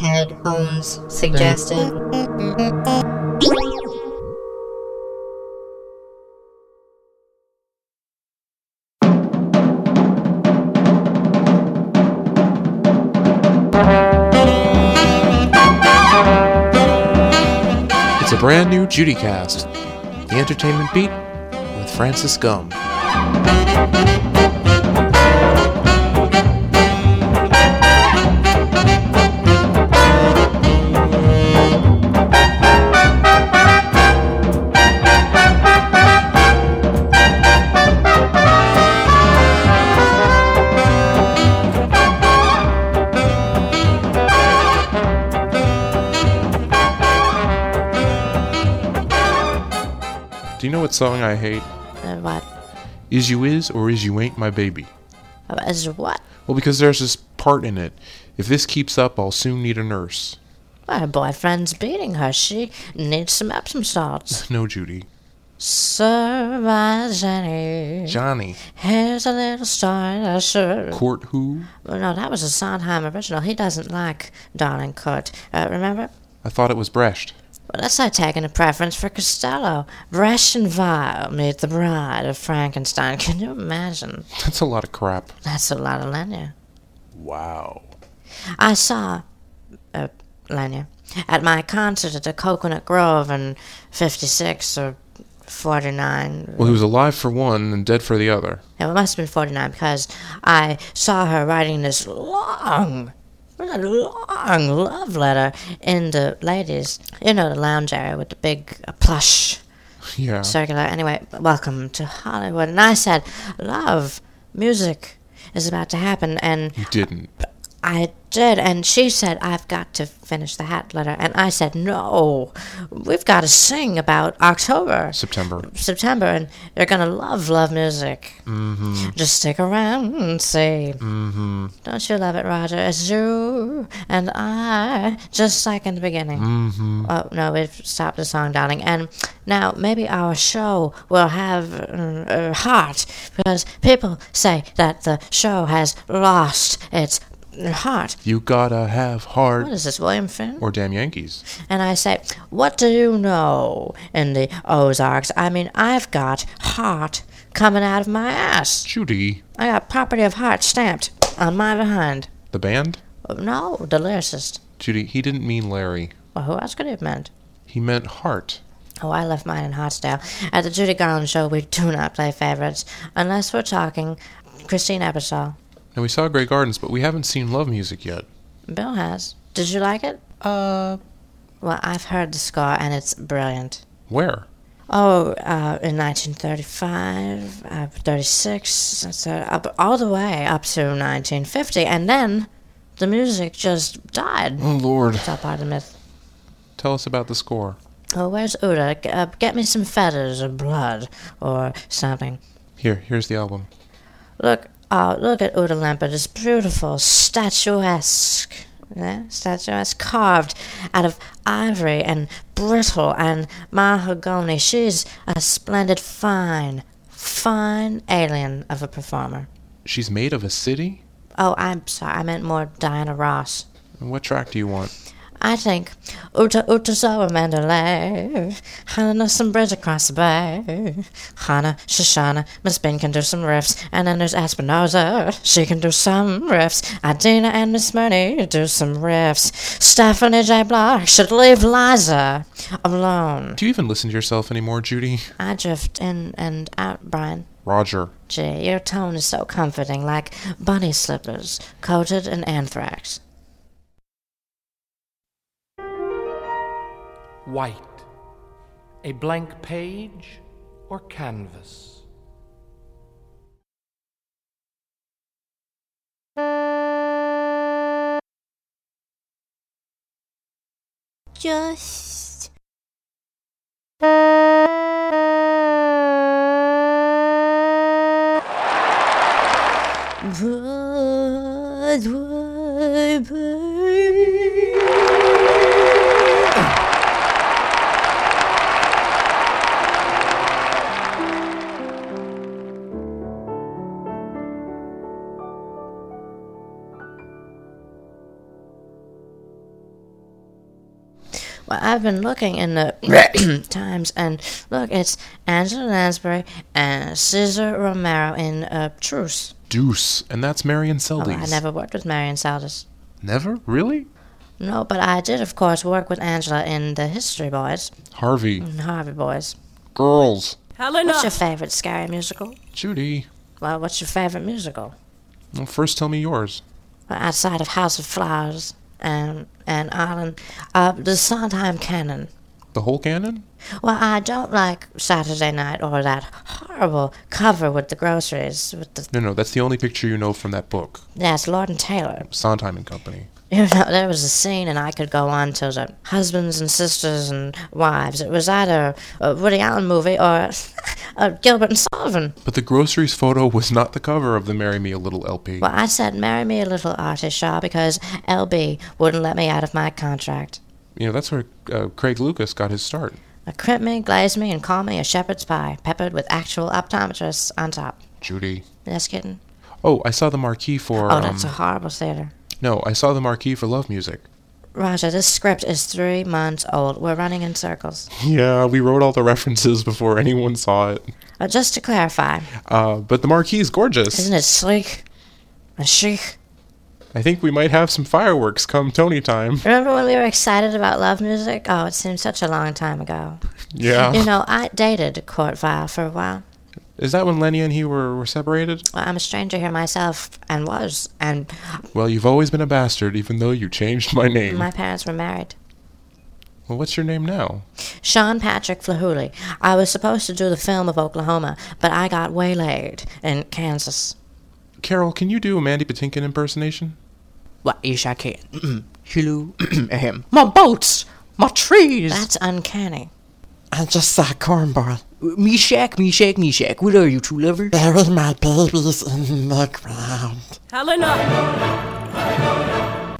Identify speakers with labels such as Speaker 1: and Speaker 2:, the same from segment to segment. Speaker 1: Ed Holmes suggested.
Speaker 2: It's a brand new JudyCast, the entertainment beat with Francis Gum. Do you know what song I hate?
Speaker 1: Uh, What?
Speaker 2: Is You Is or Is You Ain't My Baby?
Speaker 1: As what?
Speaker 2: Well, because there's this part in it. If this keeps up, I'll soon need a nurse.
Speaker 1: Her boyfriend's beating her. She needs some Epsom salts.
Speaker 2: No, Judy.
Speaker 1: Sir, my Jenny.
Speaker 2: Johnny.
Speaker 1: Here's a little story I should.
Speaker 2: Court who?
Speaker 1: Well, no, that was a Sondheim original. He doesn't like Darling Court. Uh, remember?
Speaker 2: I thought it was Brecht.
Speaker 1: Well, that's like taking a preference for Costello. Rush and Vile meet the bride of Frankenstein. Can you imagine?
Speaker 2: That's a lot of crap.
Speaker 1: That's a lot of Lenya.
Speaker 2: Wow.
Speaker 1: I saw uh, Lenya at my concert at the Coconut Grove in 56 or 49.
Speaker 2: Well, he was alive for one and dead for the other.
Speaker 1: It must have been 49 because I saw her writing this long, really long love letter in the ladies, you know, the lounge area with the big uh, plush
Speaker 2: Yeah.
Speaker 1: circular. Anyway, welcome to Hollywood. And I said, Love, music is about to happen. And
Speaker 2: He didn't.
Speaker 1: I did. And she said, I've got to finish the hat letter. And I said, No, we've got to sing about October.
Speaker 2: September.
Speaker 1: September, and you're gonna love love music. Mm-hmm. Just stick around and see. Mm-hmm. Don't you love it, Roger? It's you and I, just like in the beginning. Mm-hmm. Oh no, we've stopped the song, darling. And now maybe our show will have uh, uh, heart because people say that the show has lost its heart.
Speaker 2: You gotta have heart
Speaker 1: What is this, William Finn?
Speaker 2: or damn Yankees.
Speaker 1: And I say, What do you know in the Ozarks? I mean, I've got heart coming out of my ass.
Speaker 2: Judy.
Speaker 1: I got property of heart stamped on my behind. Oh,
Speaker 2: The band?
Speaker 1: No, the lyricist.
Speaker 2: Judy, he didn't mean Larry.
Speaker 1: Well, who else could it have meant?
Speaker 2: He meant heart.
Speaker 1: Oh, I left mine in Hartsdale. At the Judy Garland show, we do not play favorites unless we're talking Christine Ebersol.
Speaker 2: Now, we saw Grey Gardens, but we haven't seen Love Music yet.
Speaker 1: Bill has. Did you like it?
Speaker 2: Uh,
Speaker 1: Well, I've heard the score, and it's brilliant.
Speaker 2: where?
Speaker 1: Oh, uh, in 1935, uh, 36, and so up, all the way up to 1950. And then the music just died.
Speaker 2: Oh, Lord.
Speaker 1: That's all part of the myth.
Speaker 2: Tell us about the score.
Speaker 1: Oh, where's Uda? G- Uh, get me some feathers or blood or something.
Speaker 2: Here, here's the album.
Speaker 1: Look, oh, look at Uda Lampert. It's beautiful, statuesque. Yeah, statuesque, carved out of ivory and brittle and mahogany. She's a splendid, fine, fine alien of a performer.
Speaker 2: She's made of a city?
Speaker 1: Oh, I'm sorry, I meant more Diana Ross.
Speaker 2: And what track do you want?
Speaker 1: I think Uta Uta Zoa Mandalay Hannah knows some bridge across the bay Hannah, Shoshana, Miss Bean can do some riffs And then there's Espinosa, she can do some riffs Adina and Miss Murney do some riffs Stephanie J. Block should leave Liza alone
Speaker 2: Do you even listen to yourself anymore, Judy?
Speaker 1: I drift in and out, Brian
Speaker 2: Roger.
Speaker 1: Gee, your tone is so comforting like bunny slippers coated in anthrax
Speaker 3: White. A blank page or canvas.
Speaker 4: just Broadway, babe.
Speaker 1: Well, I've been looking in the Times, and look, it's Angela Lansbury and Cesar Romero in uh, Truce.
Speaker 2: Deuce. And that's Marion
Speaker 1: Well,
Speaker 2: Seldes.
Speaker 1: Oh, I never worked with Marion Seldes.
Speaker 2: Never? Really?
Speaker 1: No, but I did, of course, work with Angela in the History Boys
Speaker 2: Harvey.
Speaker 1: and Harvey Boys.
Speaker 2: Girls.
Speaker 4: Helena!
Speaker 1: What's your favorite scary musical?
Speaker 2: Judy.
Speaker 1: Well, what's your favorite musical?
Speaker 2: Well, first tell me yours.
Speaker 1: Well, outside of House of Flowers and and Ireland, uh, the Sondheim Canon.
Speaker 2: The whole canon?
Speaker 1: Well, I don't like Saturday Night or that horrible cover with the groceries with the
Speaker 2: No, no, that's the only picture you know from that book.
Speaker 1: that's Lord and Taylor.
Speaker 2: Sondheim and Company.
Speaker 1: You know, there was a scene, and I could go on till the husbands and sisters and wives. It was either a Woody Allen movie or a Gilbert and Sullivan.
Speaker 2: But the groceries photo was not the cover of the Marry Me a Little LP.
Speaker 1: Well, I said, marry me a little Artie Shaw because LB wouldn't let me out of my contract.
Speaker 2: You know, that's where uh, Craig Lucas got his start.
Speaker 1: Uh, Crimp me, glaze me, and call me a shepherd's pie, peppered with actual optometrists on top.
Speaker 2: Judy.
Speaker 1: Just kidding.
Speaker 2: Oh, I saw the marquee for.
Speaker 1: Oh,
Speaker 2: um,
Speaker 1: that's a horrible theater.
Speaker 2: No, I saw the marquee for Love Music.
Speaker 1: Roger, this script is three months old. We're running in circles.
Speaker 2: Yeah, we wrote all the references before anyone saw it.
Speaker 1: Uh, just to clarify,
Speaker 2: Uh, but the marquee is gorgeous.
Speaker 1: isn't it sleek and chic?
Speaker 2: I think we might have some fireworks come Tony time.
Speaker 1: Remember when we were excited about love music? Oh, it seems such a long time ago. You
Speaker 2: Yeah.
Speaker 1: know, I dated Court Vile for a while.
Speaker 2: Is that when Lenny and he were, were separated?
Speaker 1: Well, I'm a stranger here myself, and was, and
Speaker 2: Well, you've always been a bastard, even though you changed my name.
Speaker 1: my parents were married.
Speaker 2: Well, what's your name now?
Speaker 1: Sean Patrick Flahuli. I was supposed to do the film of Oklahoma, but I got waylaid in Kansas.
Speaker 2: Carol, can you do a Mandy Patinkin impersonation?
Speaker 5: What is I can? Hello, ahem. My boats, my trees.
Speaker 1: That's uncanny.
Speaker 5: I just saw cornball. Me shack, me shack, me shack. What are you two lovers?
Speaker 6: bury my babies in the ground.
Speaker 4: Helena!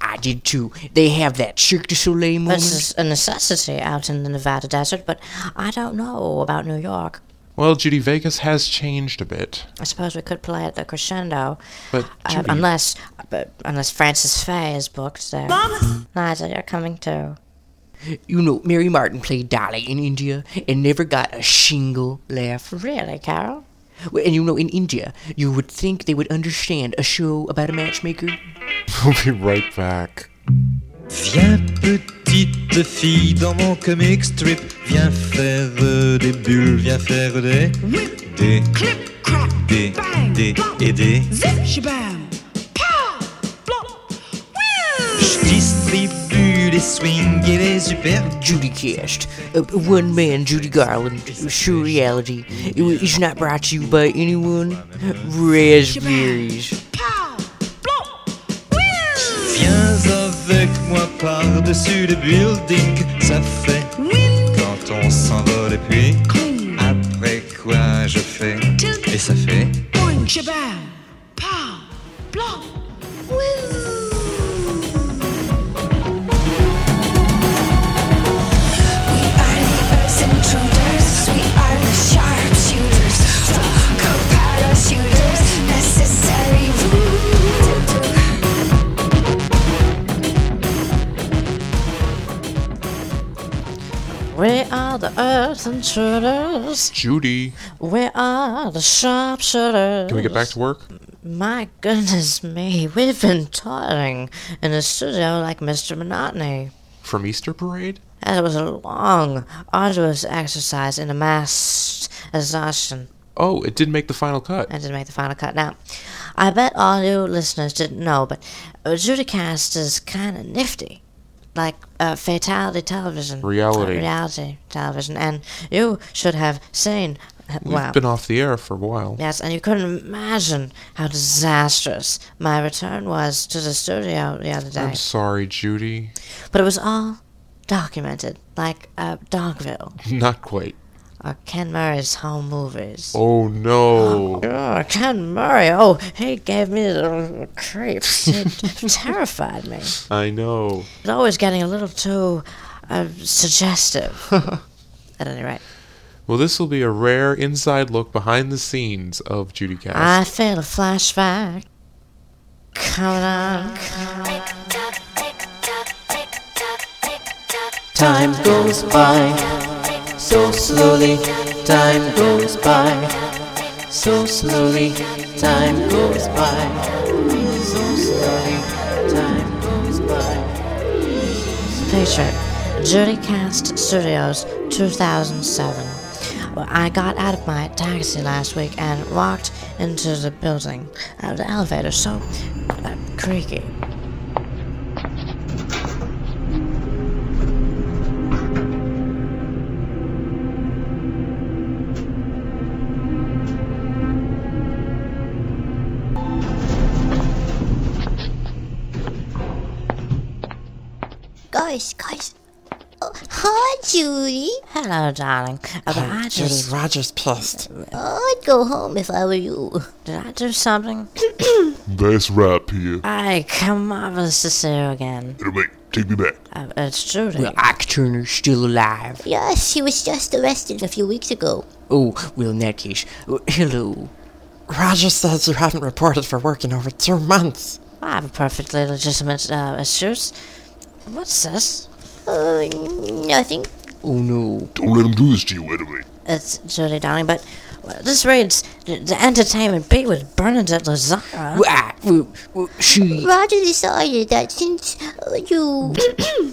Speaker 5: I did too. They have that Cirque du Soleil moment.
Speaker 1: This
Speaker 2: Mhm.
Speaker 1: is a necessity out in the Nevada desert, but I don't know about New York.
Speaker 2: Well, Judy, Vegas has changed a bit.
Speaker 1: I suppose we could play at the crescendo,
Speaker 2: But,
Speaker 1: uh,
Speaker 2: Judy,
Speaker 1: unless but unless Francis Fay is booked there. Liza, you're coming too.
Speaker 5: you know, Mary Martin played Dolly in India and never got a shingle laugh.
Speaker 1: Really, Carol?
Speaker 5: Well, And you know, in India, you would think they would understand a show about a matchmaker.
Speaker 2: we'll be right back.
Speaker 7: Viens petite fille dans mon comic strip, viens faire euh, des bulles, viens faire des des
Speaker 8: Clip, crack,
Speaker 7: des
Speaker 8: bang,
Speaker 7: des
Speaker 8: bop,
Speaker 7: et des.
Speaker 8: zip, shabam, pow, blop, whiz.
Speaker 7: Je distribue les swings et les super.
Speaker 5: Judy Cast, uh, one man Judy Garland, surreality. It wa- It's not brought to you by anyone. Raspberries.
Speaker 8: Pow, blop, whiz.
Speaker 7: Viens avec moi par-dessus le building, ça fait
Speaker 8: Whiz,
Speaker 7: quand on s'envole et puis
Speaker 8: cling,
Speaker 7: après quoi je fais
Speaker 8: tilt,
Speaker 7: et ça fait.
Speaker 8: boing, shabam, pow, blop, whiz.
Speaker 1: We are the earth intruders.
Speaker 2: Judy,
Speaker 1: We are the sharpshooters.
Speaker 2: can we get back to work?
Speaker 1: My goodness me, we've been toiling in a studio like Mr. Monotony.
Speaker 2: From Easter Parade?
Speaker 1: That was a long, arduous exercise in a mass exhaustion.
Speaker 2: Oh, it did make the final cut.
Speaker 1: I didn't make the final cut. Now, I bet all you listeners didn't know, but uh, Judicast is kind of nifty. Like uh, Fatality Television.
Speaker 2: Reality.
Speaker 1: Uh, reality Television. And you should have seen.
Speaker 2: We've
Speaker 1: wow.
Speaker 2: been off the air for a while.
Speaker 1: Yes, and you couldn't imagine how disastrous my return was to the studio the other day.
Speaker 2: I'm sorry, Judy.
Speaker 1: But it was all documented, like uh, Dogville
Speaker 2: Not quite.
Speaker 1: or Ken Murray's home movies.
Speaker 2: Oh no.
Speaker 1: Oh, Ken Murray. Oh, he gave me the creeps. It terrified me.
Speaker 2: I know.
Speaker 1: It's always getting a little too uh, suggestive. At any rate,
Speaker 2: Well, this will be a rare inside look behind the scenes of Judy Cast.
Speaker 6: Ah.
Speaker 1: I feel a flashback coming on.
Speaker 9: Tick tock, tick tock, tick tock, tick tock,
Speaker 5: Time goes by so slowly. Time goes by so slowly. Time goes by so slowly. Time goes by.
Speaker 1: Feature JudyCast Studios 2007. Well, I got out of my taxi last week and walked into the building. Uh, the elevator so uh, creaky.
Speaker 4: Guys, guys. Oh, hi, Judy.
Speaker 1: Hello, darling. Uh, but I
Speaker 6: Judy
Speaker 1: just
Speaker 6: Rogers pissed.
Speaker 4: I'd go home if I were you.
Speaker 1: did I do something?
Speaker 9: That's right, Pia.
Speaker 1: I come over to see you again.
Speaker 9: It'll make, take me back.
Speaker 1: Uh, it's Judy.
Speaker 5: Well, Ike Turner's still alive.
Speaker 4: Yes, he was just arrested a few weeks ago.
Speaker 5: Oh, well, in that case, uh, hello.
Speaker 6: Rogers says you haven't reported for work in over two months.
Speaker 1: I have a perfectly legitimate uh, excuse. What's this?
Speaker 4: Uh, nothing.
Speaker 5: Oh no.
Speaker 9: Don't let him do this to you, enemy.
Speaker 1: It's Judy, darling, but uh, this reads the the entertainment beat with Bernadette Lazara.
Speaker 5: Well, I, well, well, she,
Speaker 4: Roger decided that since uh, you.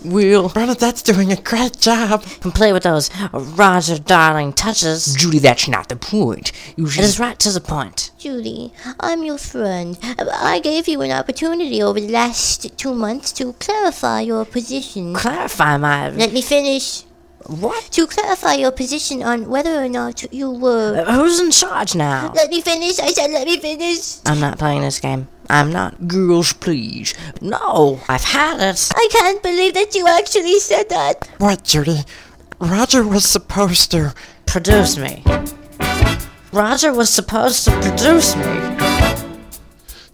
Speaker 5: well,
Speaker 6: Bernadette's doing a great job.
Speaker 1: complete with those Roger Darling touches.
Speaker 5: Judy, that's not the point. You
Speaker 1: It is
Speaker 5: should,
Speaker 1: right to the point.
Speaker 4: Judy, I'm your friend. I gave you an opportunity over the last two months to clarify your position.
Speaker 1: Clarify my.
Speaker 4: Let me finish.
Speaker 1: What?
Speaker 4: To clarify your position on whether or not you were.
Speaker 1: Uh, Who's in charge now?
Speaker 4: Let me finish. I said, let me finish.
Speaker 1: I'm not playing this game. I'm not.
Speaker 5: girls, please.
Speaker 1: No, I've had it.
Speaker 4: I can't believe that you actually said that.
Speaker 6: What, Judy? Roger was supposed to.
Speaker 1: Produce me. Roger was supposed to produce me.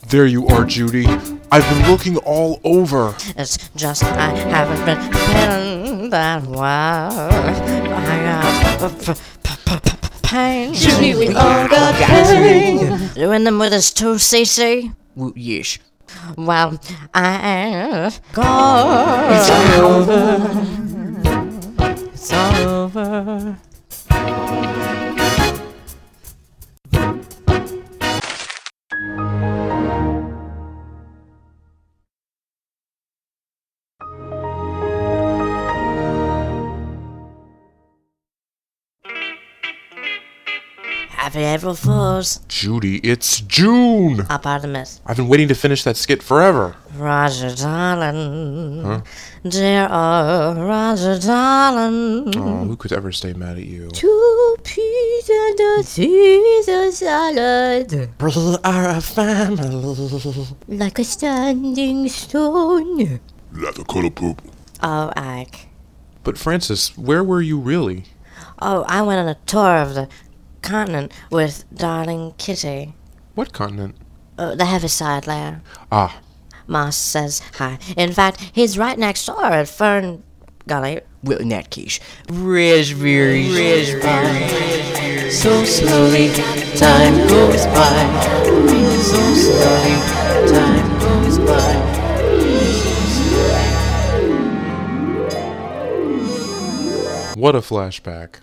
Speaker 2: There you are, Judy. I've been looking all over.
Speaker 1: It's just I haven't been feeling that well. I got p- p- p- p- pain. Judy, we all got pain. Doing them with us too, CC.
Speaker 5: Well, yes.
Speaker 1: Well, I go. It's over. It's over. Happy April Fools.
Speaker 2: Judy, it's June.
Speaker 1: Up out of the myth.
Speaker 2: I've been waiting to finish that skit forever.
Speaker 1: Roger Darling. Dear oh, Roger Darling.
Speaker 6: Mm-hmm.
Speaker 2: Oh, who could ever stay mad at you?
Speaker 4: Two peas and a Caesar salad,
Speaker 6: We are a family.
Speaker 4: like a standing stone.
Speaker 9: Like a cuddle poop.
Speaker 1: Oh, Ike.
Speaker 2: But Francis, where were you really?
Speaker 1: Oh, I went on a tour of the continent with darling Kitty.
Speaker 2: What continent?
Speaker 1: Uh, the Heaviside Layer.
Speaker 2: Ah,
Speaker 1: Moss says hi. In fact, he's right next door at Fern Gully.
Speaker 5: Well, in that case, raspberries. So slowly, time goes by. So slowly, time goes by.
Speaker 2: what a flashback.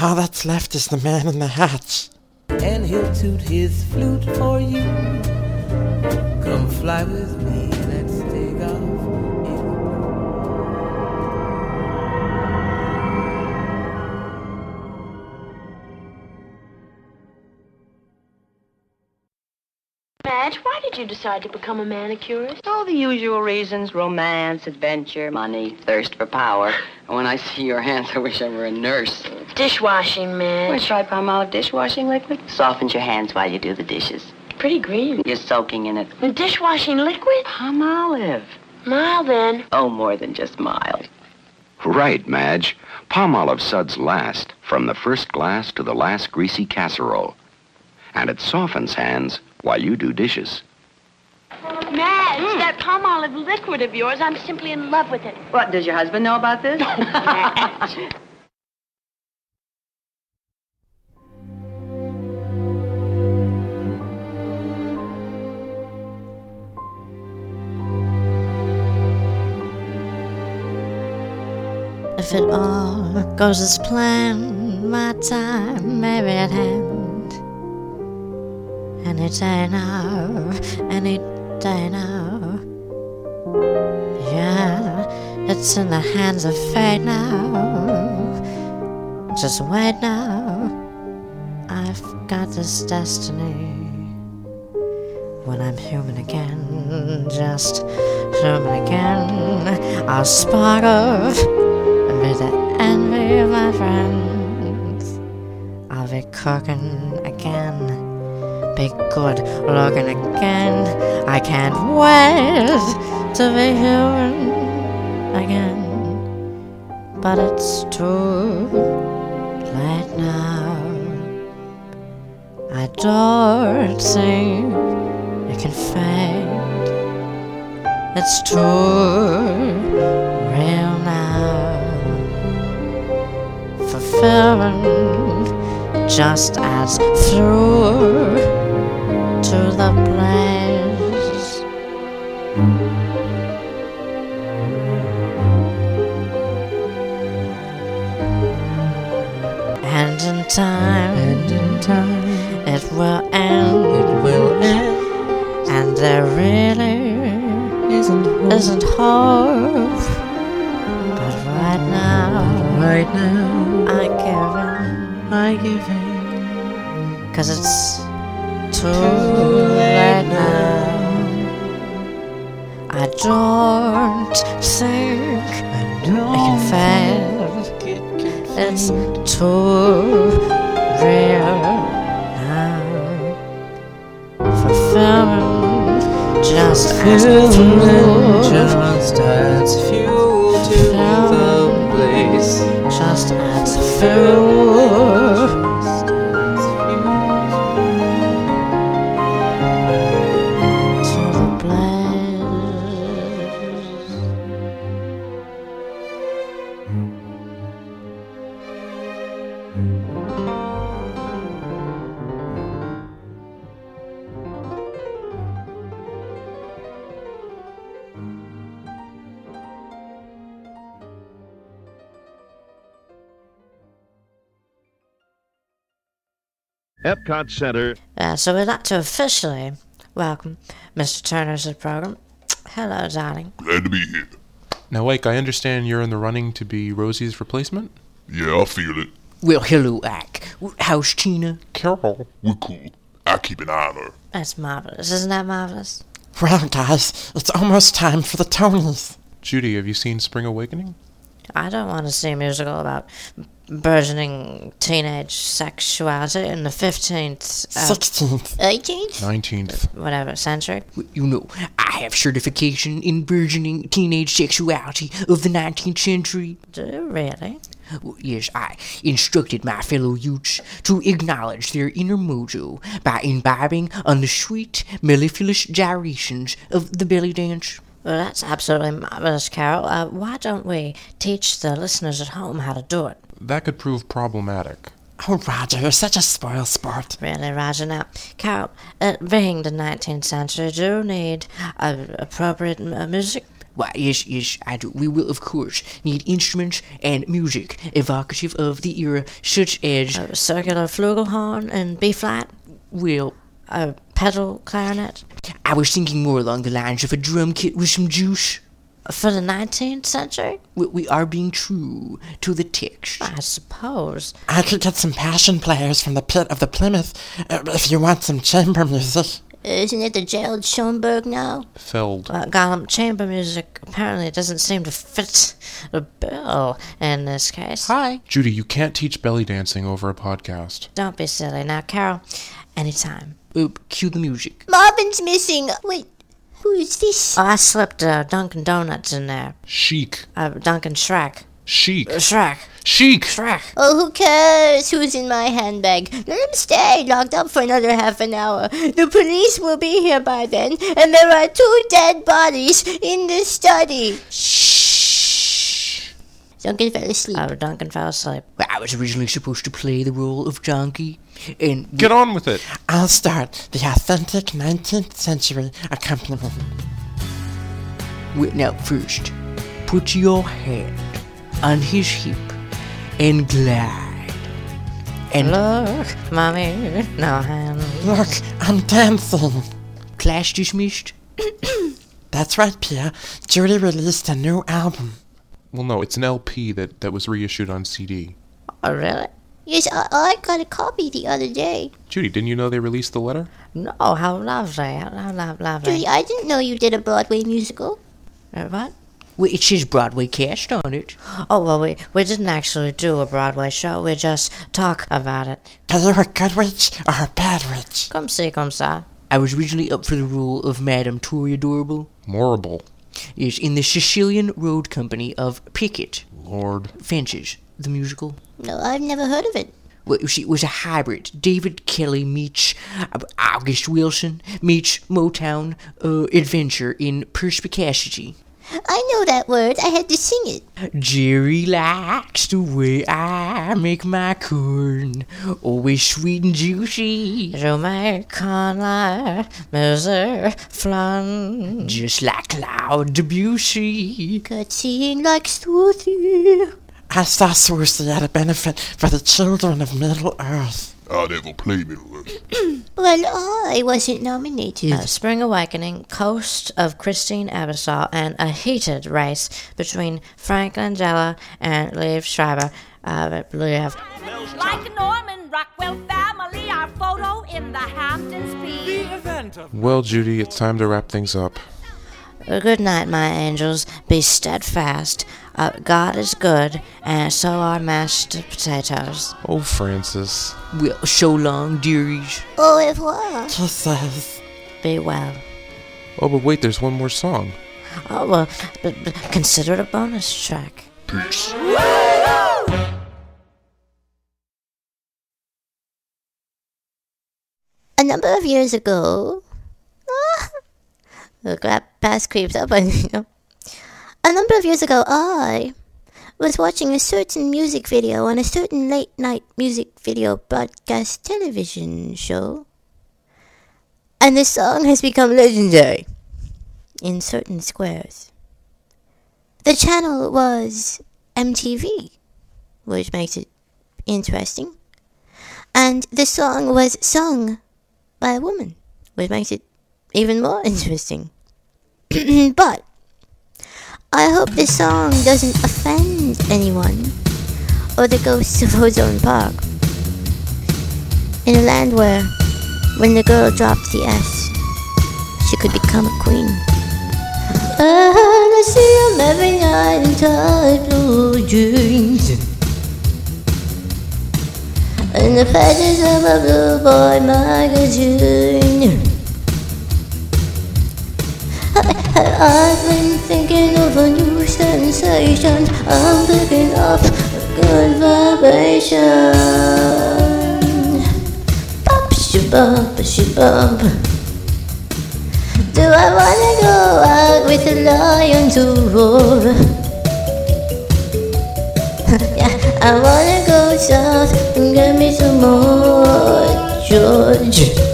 Speaker 6: All that's left is the man in the hatch.
Speaker 10: and he'll toot his flute for you. Come fly with me, let's take off.
Speaker 11: Madge, why did you decide to become a manicurist?
Speaker 10: All the usual reasons romance, adventure, money, thirst for power. And when I see your hands, I wish I were a nurse.
Speaker 11: Dishwashing,
Speaker 10: Want
Speaker 11: Madge.
Speaker 10: to try palm olive dishwashing liquid? Softens your hands while you do the dishes.
Speaker 11: Pretty green.
Speaker 10: You're soaking in it.
Speaker 11: The dishwashing liquid?
Speaker 10: Palm olive.
Speaker 11: Now then.
Speaker 10: Oh, more than just mild.
Speaker 7: Right, Madge. Palm olive suds last, from the first glass to the last greasy casserole. And it softens hands while you do dishes.
Speaker 11: Madge, that palm olive liquid of yours, I'm simply in love with it.
Speaker 10: What, does your husband know about this?
Speaker 1: If it all goes as planned, my time may be at hand. Any day now, any day now. Yeah, it's in the hands of fate now. Just wait now. I've got this destiny. When I'm human again, just human again, I'll spark off and be the envy of my friends. I'll be cooking again, be good looking again. I can't wait to be human again, but it's too late now. I don't think it can fade. It's too real now. Fulfilling just as through to the blaze. And in time, and in time, it will end. It will end. And there really isn't hope. isn't hope. But right now, right now, I give in. I give in. Cause it's too, late now. I don't think I it can fade. It's too real now. Fulfillment just as fuel. Just as fuel to the place. Just as fuel.
Speaker 12: Epcot Center.
Speaker 1: Uh, so we'd like to officially welcome Mr. Turner to the program. Hello, darling.
Speaker 9: Glad to be here.
Speaker 2: Now, Wake, I understand you're in the running to be Rosie's replacement?
Speaker 9: Yeah, I feel it.
Speaker 5: Well, hello, Ike. How's Tina?
Speaker 2: Carol.
Speaker 9: We're cool. I keep an eye on her.
Speaker 1: That's marvelous. Isn't that marvelous?
Speaker 6: Well, guys, it's almost time for the Tonys.
Speaker 2: Judy, have you seen Spring Awakening?
Speaker 1: I don't want to see a musical about burgeoning teenage sexuality in the 15th, uh,
Speaker 6: 16th.
Speaker 1: 18th,
Speaker 2: 19th.
Speaker 1: whatever century.
Speaker 5: You know, I have certification in burgeoning teenage sexuality of the 19th century.
Speaker 1: Do you really?
Speaker 5: Well, Yes, I instructed my fellow youths to acknowledge their inner mojo by imbibing on the sweet, mellifluous gyrations of the belly dance.
Speaker 1: Well, that's absolutely marvelous, Carol. Uh, why don't we teach the listeners at home how to do it?
Speaker 2: That could prove problematic.
Speaker 6: Oh, Roger, you're such a spoil sport.
Speaker 1: Really, Roger. Now, Carol, uh, being the 19th century, do you need uh, appropriate m- uh, music?
Speaker 5: Why, yes, yes, I do. We will, of course, need instruments and music evocative of the era, such as,
Speaker 6: Uh,
Speaker 1: A circular flugelhorn in B flat?
Speaker 5: well,
Speaker 1: A pedal clarinet?
Speaker 5: I was thinking more along the lines of a drum kit with some juice.
Speaker 1: For the 19th century?
Speaker 5: We, we are being true to the text.
Speaker 1: I suppose.
Speaker 6: I could get some passion players from the pit of the Plymouth uh, if you want some chamber music.
Speaker 4: Uh, Isn't it the Gerald Schoenberg now?
Speaker 2: Felled.
Speaker 1: Uh, Gollum chamber music apparently doesn't seem to fit the bill in this case.
Speaker 5: Hi.
Speaker 2: Judy, you can't teach belly dancing over a podcast.
Speaker 1: Don't be silly. Now, Carol, anytime.
Speaker 5: Uh, cue the music.
Speaker 4: Marvin's missing. Wait, who is this?
Speaker 1: Oh, I slipped uh, Dunkin' Donuts in there.
Speaker 2: Chic.
Speaker 1: Uh, Dunkin' Shrek.
Speaker 2: Chic.
Speaker 1: Uh, Shrek.
Speaker 2: Chic!
Speaker 1: Shrek.
Speaker 4: Oh, who cares who's in my handbag? Let him stay locked up for another half an hour. The police will be here by then, and there are two dead bodies in the study. Shh. Duncan fell asleep.
Speaker 1: Uh, Duncan fell asleep.
Speaker 5: Well, I was originally supposed to play the role of donkey, and
Speaker 2: Get on with it!
Speaker 6: I'll start the authentic 19th century accompaniment.
Speaker 5: Wait, now first, put your hand on his hip and glide. And
Speaker 1: look, mommy, no um, hand.
Speaker 6: Look, I'm dancing.
Speaker 5: Clash dismissed.
Speaker 6: That's right, Pia. Judy released a new album.
Speaker 2: Well, no, it's an LP that, that was reissued on CD.
Speaker 1: Oh, really?
Speaker 4: Yes, I, I got a copy the other day.
Speaker 2: Judy, didn't you know they released the letter?
Speaker 1: No, oh, how lovely, how lo- lo- lovely.
Speaker 4: Judy, I didn't know you did a Broadway musical.
Speaker 1: Uh, what?
Speaker 5: Well, it says Broadway cast on it.
Speaker 1: Oh, well, we, we didn't actually do a Broadway show. We just talk about it.
Speaker 6: Are you a good witch or a bad witch?
Speaker 1: Come see, come see.
Speaker 5: I was originally up for the role of Madame Toreadorable.
Speaker 2: Morrible.
Speaker 5: Yes, in the Sicilian Road Company of Pickett.
Speaker 2: Lord.
Speaker 5: Fences, the musical.
Speaker 4: No, I've never heard of it.
Speaker 5: Well, you see, it was a hybrid. David Kelly meets uh, August Wilson meets Motown uh, adventure in perspicacity.
Speaker 4: I know that word. I had to sing it.
Speaker 5: Jerry likes the way I make my corn, always sweet and juicy,
Speaker 1: You make online music fun.
Speaker 5: just like Cloud Debussy.
Speaker 4: Good seeing like Swoothie.
Speaker 6: I saw Swoosie at a benefit for the children of Middle Earth.
Speaker 9: I never played Middle Earth.
Speaker 4: Well, I wasn't nominated.
Speaker 1: A spring awakening, coast of Christine Abyssal, and a heated race between Frank Langella and Liev Schreiber. Uh, Liev.
Speaker 13: Like the Norman Rockwell family, our photo in the Hamptons P.
Speaker 3: The event of
Speaker 2: Well, Judy, it's time to wrap things up.
Speaker 1: Uh, Good night, my angels. Be steadfast. Uh, God is good, and so are mashed potatoes.
Speaker 2: Oh, Francis.
Speaker 5: Well, so long, dearies.
Speaker 4: Au revoir.
Speaker 6: Kisses.
Speaker 1: Be well.
Speaker 2: Oh, but wait, there's one more song.
Speaker 1: Oh, well, b- b- consider it a bonus track.
Speaker 9: Peace.
Speaker 4: A number of years ago, the grab past creeps up on you. A number of years ago, I was watching a certain music video on a certain late night music video broadcast television show, and this song has become legendary in certain squares. The channel was MTV, which makes it interesting, and the song was sung by a woman, which makes it even more interesting. but I hope this song doesn't offend anyone or the ghosts of Ozone Park. In a land where, when the girl dropped the S, she could become a queen. And I see 'em every night in tight blue jeans. In the pages of a Blue Boy magazine. I've been thinking of a new sensation. I'm picking up a good vibration. Bump, she bump, she bump. Do I wanna go out with the lion to roar? yeah, I wanna go south and get me some more George.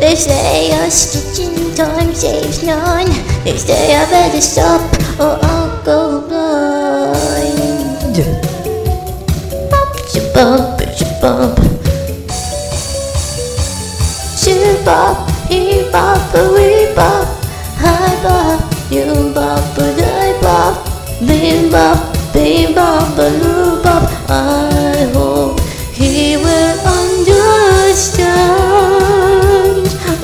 Speaker 4: They say a stitch in time saves none. They say I better stop or I'll go blind. Bump, bump, bump. Shoot bop, he bop, we bop. I bop, you bop, I bop. Beam bop, beam bop, baloo bop. I hope he will understand.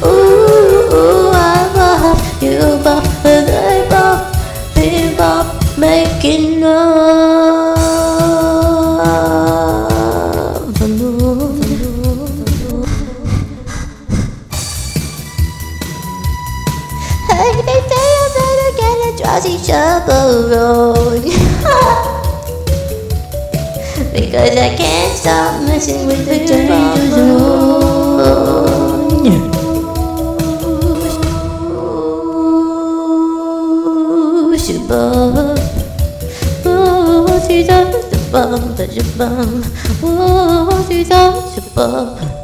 Speaker 4: Ooh, ooh, I bop, you bop, I bop. Beam bop, making love. Hey, they say I better get a drowsy chaperone. because I can't stop messing with the danger's moon. Shabab. Oh, she's up the bum, the shabam. Oh, she's up the bum.